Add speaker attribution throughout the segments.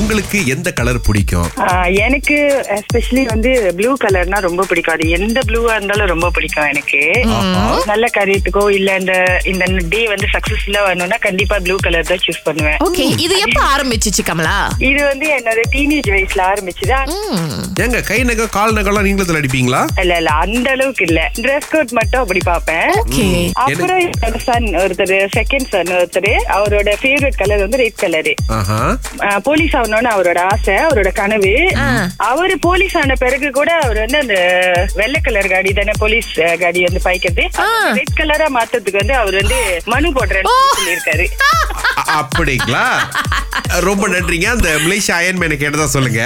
Speaker 1: உங்களுக்கு எந்த கலர் பிடிக்கும்
Speaker 2: ஆஹ் எனக்கு எஸ்பெஷலி வந்து ப்ளூ கலர்னா ரொம்ப பிடிக்கும் அது எந்த ப்ளூவா இருந்தாலும் ரொம்ப பிடிக்கும் எனக்கு நல்ல காரியத்துக்கோ இல்ல இந்த இந்த டே வந்து சக்சஸ்ஃபுல்லா வரணும்னா கண்டிப்பா ப்ளூ கலர் தான் சூஸ் பண்ணுவேன்
Speaker 3: ஓகே இது எப்ப ஆரம்பிச்சிச்சு கமலா
Speaker 2: இது வந்து என்னோட டீனேஜ் வயசுல ஆரம்பிச்சுது
Speaker 3: ம்.
Speaker 1: ஏங்க கை நகை கால் நகைலாம் நீங்களும் இதில் அடிப்பீங்களா
Speaker 2: இல்ல இல்ல அந்த அளவுக்கு இல்ல ட்ரெஸ் கோட் மட்டும் அப்படி பாப்பேன்
Speaker 3: ஓகே
Speaker 2: அப்புறம் என்னோட சன் ஒருத்தர் செகண்ட் சன் ஒருத்தர் அவரோட ஃபேவரட் கலர் வந்து ரெட் கலரு
Speaker 1: ஆஹா
Speaker 2: ஆஹ் போலீஸ் ஆகணும்னு அவரோட ஆசை அவரோட கனவு அவரு போலீஸ் ஆன பிறகு கூட அவர் வந்து அந்த வெள்ளை கலர் காடி தானே போலீஸ் அஹ், காடி வந்து பாய்க்கிறது ரெட் கலரா மாத்ததுக்கு வந்து அவர் வந்து மனு போடுறேன்னு சொல்லியிருக்காரு
Speaker 1: அ- அப்படிங்களா ரொம்ப நன்றிங்க அந்த மலேசிய அயன்மேனை கேட்டதா சொல்லுங்க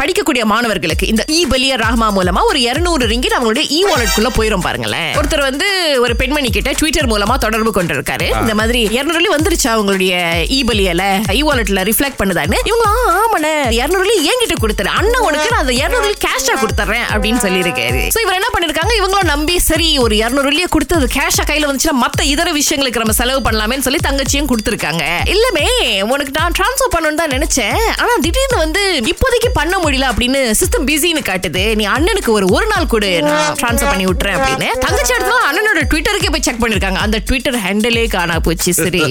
Speaker 3: படிக்கக்கூடிய மாணவர்களுக்கு இந்த இ பலிய ராகமா மூலமா ஒரு 200 ரிங்கிட் அவங்களுடைய இ வாலெட் குள்ள போயிரும் பாருங்களேன் ஒருத்தர் வந்து ஒரு பெண்மணி கிட்ட ட்விட்டர் மூலமா தொடர்பு கொண்டிருக்காரு இந்த மாதிரி 200 வெள்ளி வந்துருச்சா E உங்களுடைய இ பலியல இ வாலெட்ல ரிஃப்ளெக்ட் பண்ணுதான்னு இவங்க "ஆ, ஆமாண்ணே 200 வெள்ளி என்கிட்ட கொடுத்துரு அண்ணன் உனக்கு நான் அந்த 200 வெள்ளி கேஷா கொடுத்துறேன் அப்படின்னு சொல்லியிருக்காரு சோ இவர் என்ன பண்ணிருக்காங்க இவங்களும் நம்பி சரி ஒரு 200 வெள்ளிய கொடுத்து அது கேஷா கையில வந்துச்சுன்னா மத்த இதர விஷயங்களுக்கு நம்ம செலவு பண்ணலாமேன்னு சொல்லி தங்கச்சியும் கொடுத்துருக்காங்க இல்லமே உனக்கு நான் ட்ரான்ஸ்ஃபர் பண்ணணும்னு தான் நினைச்சேன் ஆனா திடீர்னு வந்து இப்போதைக்கு பண்ண முடியல அப்படின்னு சிஸ்டம் பிஸின்னு காட்டுது நீ அண்ணனுக்கு ஒரு ஒரு நாள் கூட நான் ட்ரான்ஸ்ஃபர் பண்ணி விட்டுறேன் அப்படின்னு தங்கச்சி அடுத்த நாள் அண்ணனோட ட்விட்டருக்கே போய் செக் பண்ணிருக்காங்க அந்த ட்விட்டர் ஹேண்டலே காணா போச்சு சரி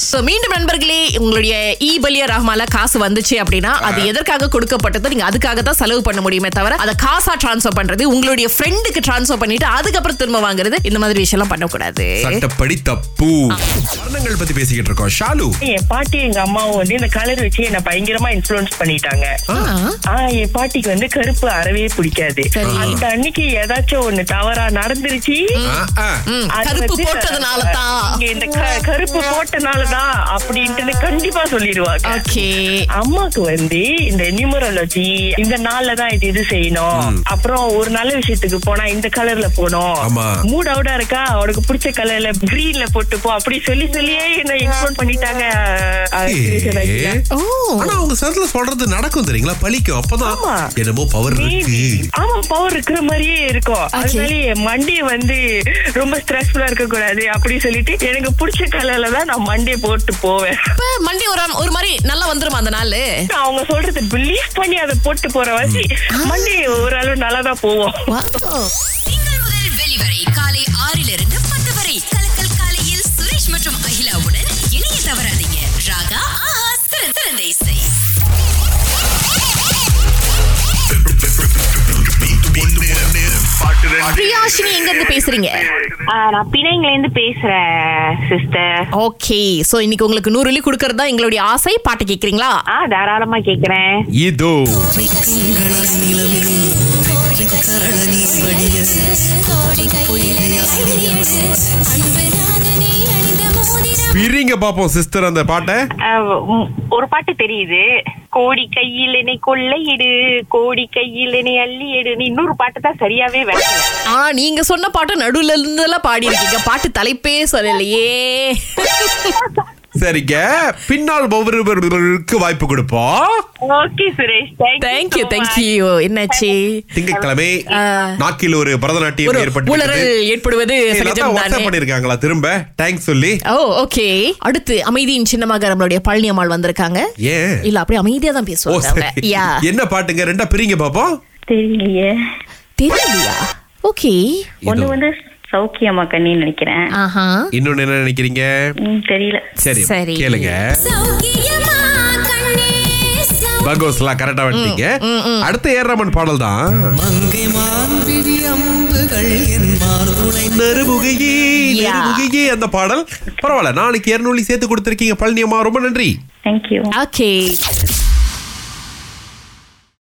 Speaker 3: So, மீண்டும் நண்பர்களே உங்களுடைய இ பலிய ரஹ்மால காசு வந்துச்சு அப்படின்னா அது எதற்காக கொடுக்கப்பட்டதோ நீங்க அதுக்காக தான் செலவு பண்ண முடியுமே தவிர அதை காசா ட்ரான்ஸ்ஃபர் பண்றது உங்களுடைய ஃப்ரெண்டுக்கு ட்ரான்ஸ்ஃபர் பண்ணிட்டு அதுக்கப்புறம் திரும்ப வாங்குறது இந்த மாதிரி விஷயம்லாம் பண்ணக்கூடாது
Speaker 1: சட்டப்படி தப்பு வர்ணங்கள் பத்தி பேசிக்கிட்டு இருக்கோம் ஷாலு
Speaker 4: என் பாட்டி எங்க அம்மாவும் வந்து இந்த கலர் வச்சு என்ன பயங்கரமா இன்ஃபுளுன்ஸ் பண்ணிட்டாங்க ஆஹ் என் பாட்டிக்கு வந்து கருப்பு அறவே பிடிக்காது
Speaker 3: சரி.
Speaker 4: அந்த அன்னைக்கு ஏதாச்சும் ஒண்ணு தவறா நடந்துருச்சு
Speaker 1: ஆ, ஆ.
Speaker 3: ம்,
Speaker 4: அது
Speaker 3: கருப்பு
Speaker 4: வந்து,
Speaker 3: போட்டதுனால தான்
Speaker 4: இங்க இந்த க- கருப்பு போட்டனாலதான் அப்படின்ட்டு கண்டிப்பா சொல்லிடுவாங்க
Speaker 3: ஓகே
Speaker 4: அம்மாக்கு வந்து இந்த நியூமரோலஜி இந்த நாள்ல தான் இது இது செய்யணும் அப்புறம் ஒரு நல்ல விஷயத்துக்கு போனா இந்த கலர்ல போனோம்
Speaker 1: ஆமா.
Speaker 4: மூட் அவுட்டா இருக்கா அவனுக்கு பிடிச்ச கலர்ல கிரீன்ல போட்டு போ அப்படி சொல்லி சொல்லியே என்ன இன்ஃபோன் பண்ணிட்டாங்க அஹ், கிருஷ்ணன் ஐயா.
Speaker 1: ஏ.
Speaker 3: ஓ
Speaker 1: ஆனா அவங்க சரத்துல சொல்றது நடக்கும் தெரியுங்களா பலிக்கும் அப்பதான்
Speaker 4: ஆமா.
Speaker 1: என்னமோ பவர் இருக்கு
Speaker 4: ஆமா பவர் இருக்கிற மாதிரியே இருக்கும் அதனால என் மண்டியை வந்து ரொம்ப ஸ்ட்ரெஸ்ஃபுல்லா இருக்க கூடாது அப்படி சொல்லிட்டு எனக்கு பிடிச்ச கலர்ல தான் நான் மண்டியை போட்டு போவேன்
Speaker 3: இப்ப மண்டி ஒரு ஒரு மாதிரி நல்லா வந்துருமா அந்த நாள்
Speaker 4: அவங்க சொல்றது பிலீவ் பண்ணி அதை போட்டு போற வாசி மண்டி ஓரளவு நல்லா தான் போவோம்
Speaker 5: திங்கள் முதல் வெளிவரை காலை ஆறிலிருந்து பத்து வரை கலக்கல் காலையில் சுரேஷ் மற்றும் அகிலாவுடன் இணைய தவறாதீங்க ராகா ஆஹா சிறந்த சிறந்த இசை
Speaker 3: பிரியாஷினி எங்க இருந்து பேசுறீங்க
Speaker 6: ஆ, நான் பிணைங்கல இருந்து பேசுறேன் சிஸ்டர்
Speaker 3: ஓகே சோ இன்னைக்கு உங்களுக்கு நூறு வெள்ளி கொடுக்கறது தான் எங்களுடைய ஆசை பாட்டு கேக்குறீங்களா
Speaker 6: ஆ தாராளமா கேக்குறேன்
Speaker 1: இதோ பிரிங்க பாப்போம் சிஸ்டர் அந்த பாட்டை
Speaker 6: ஆ, உம், ஒரு பாட்டு தெரியுது கோடி கையில் என்னை கொள்ளையிடு கோடி கையில் என்னை அள்ளி எடுன்னு இன்னொரு பாட்டு தான் சரியாவே வரல
Speaker 3: ஆ நீங்க சொன்ன பாட்டு நடுவுல இருந்தெல்லாம் பாடி இருக்கீங்க பாட்டு தலைப்பே சொல்லலையே
Speaker 1: சரிங்க பின்னால் ஒவ்வொருவருக்கு வாய்ப்பு கொடுப்போம்
Speaker 6: ஓகே சுரேஷ்
Speaker 3: தேங்க்யூ தேங்க்யூ என்னாச்சு
Speaker 1: திங்கட்கிழமை
Speaker 3: ஆ.
Speaker 1: நாக்கில் ஒரு பரதநாட்டியம்
Speaker 3: ஒரு உளறல்
Speaker 1: ஏற்பட்டு
Speaker 3: ஏற்படுவது சகஜம் தானே
Speaker 1: பண்ணிருக்காங்களா திரும்ப தேங்க்ஸ் சொல்லி
Speaker 3: ஓ ஓகே அடுத்து அமைதியின் சின்னமாக நம்மளுடைய பழனி அம்மாள் வந்திருக்காங்க
Speaker 1: ஏன்
Speaker 3: இல்ல அப்படியே அமைதியா தான்
Speaker 1: ஓ
Speaker 3: பேசுவாங்க
Speaker 1: சரி
Speaker 3: அவங்க. Yeah.
Speaker 1: என்ன பாட்டுங்க ரெண்டா பிரிங்க பாப்போம்
Speaker 7: தெரியலையே
Speaker 3: தெரியலையா ஓகே
Speaker 7: ஒண்ணு வந்து சௌக்கியமா கண்ணின்னு நினைக்கிறேன்
Speaker 3: ஆஹா
Speaker 1: இன்னொன்னு என்ன நினைக்கிறீங்க
Speaker 7: ம், தெரியல
Speaker 1: சரி
Speaker 3: சரி.
Speaker 1: கேளுங்க
Speaker 5: சௌக்கியமா கண்ணே சௌ-
Speaker 1: பகோஸ்லாம் கரெக்டா வந்துட்டீங்க அடுத்த ஏரமன் பாடல் தான்
Speaker 8: மங்கை மான்பிழி அம்புகள் என் மார்புனை
Speaker 1: நறுமுகையே
Speaker 3: Yeah.
Speaker 1: நறுமுகையே அந்த பாடல் பரவாயில்ல நாளைக்கு இரநூலி சேர்த்து கொடுத்துருக்கீங்க பழனியம்மா ரொம்ப நன்றி
Speaker 7: தேங்க்யூ
Speaker 3: ஓகே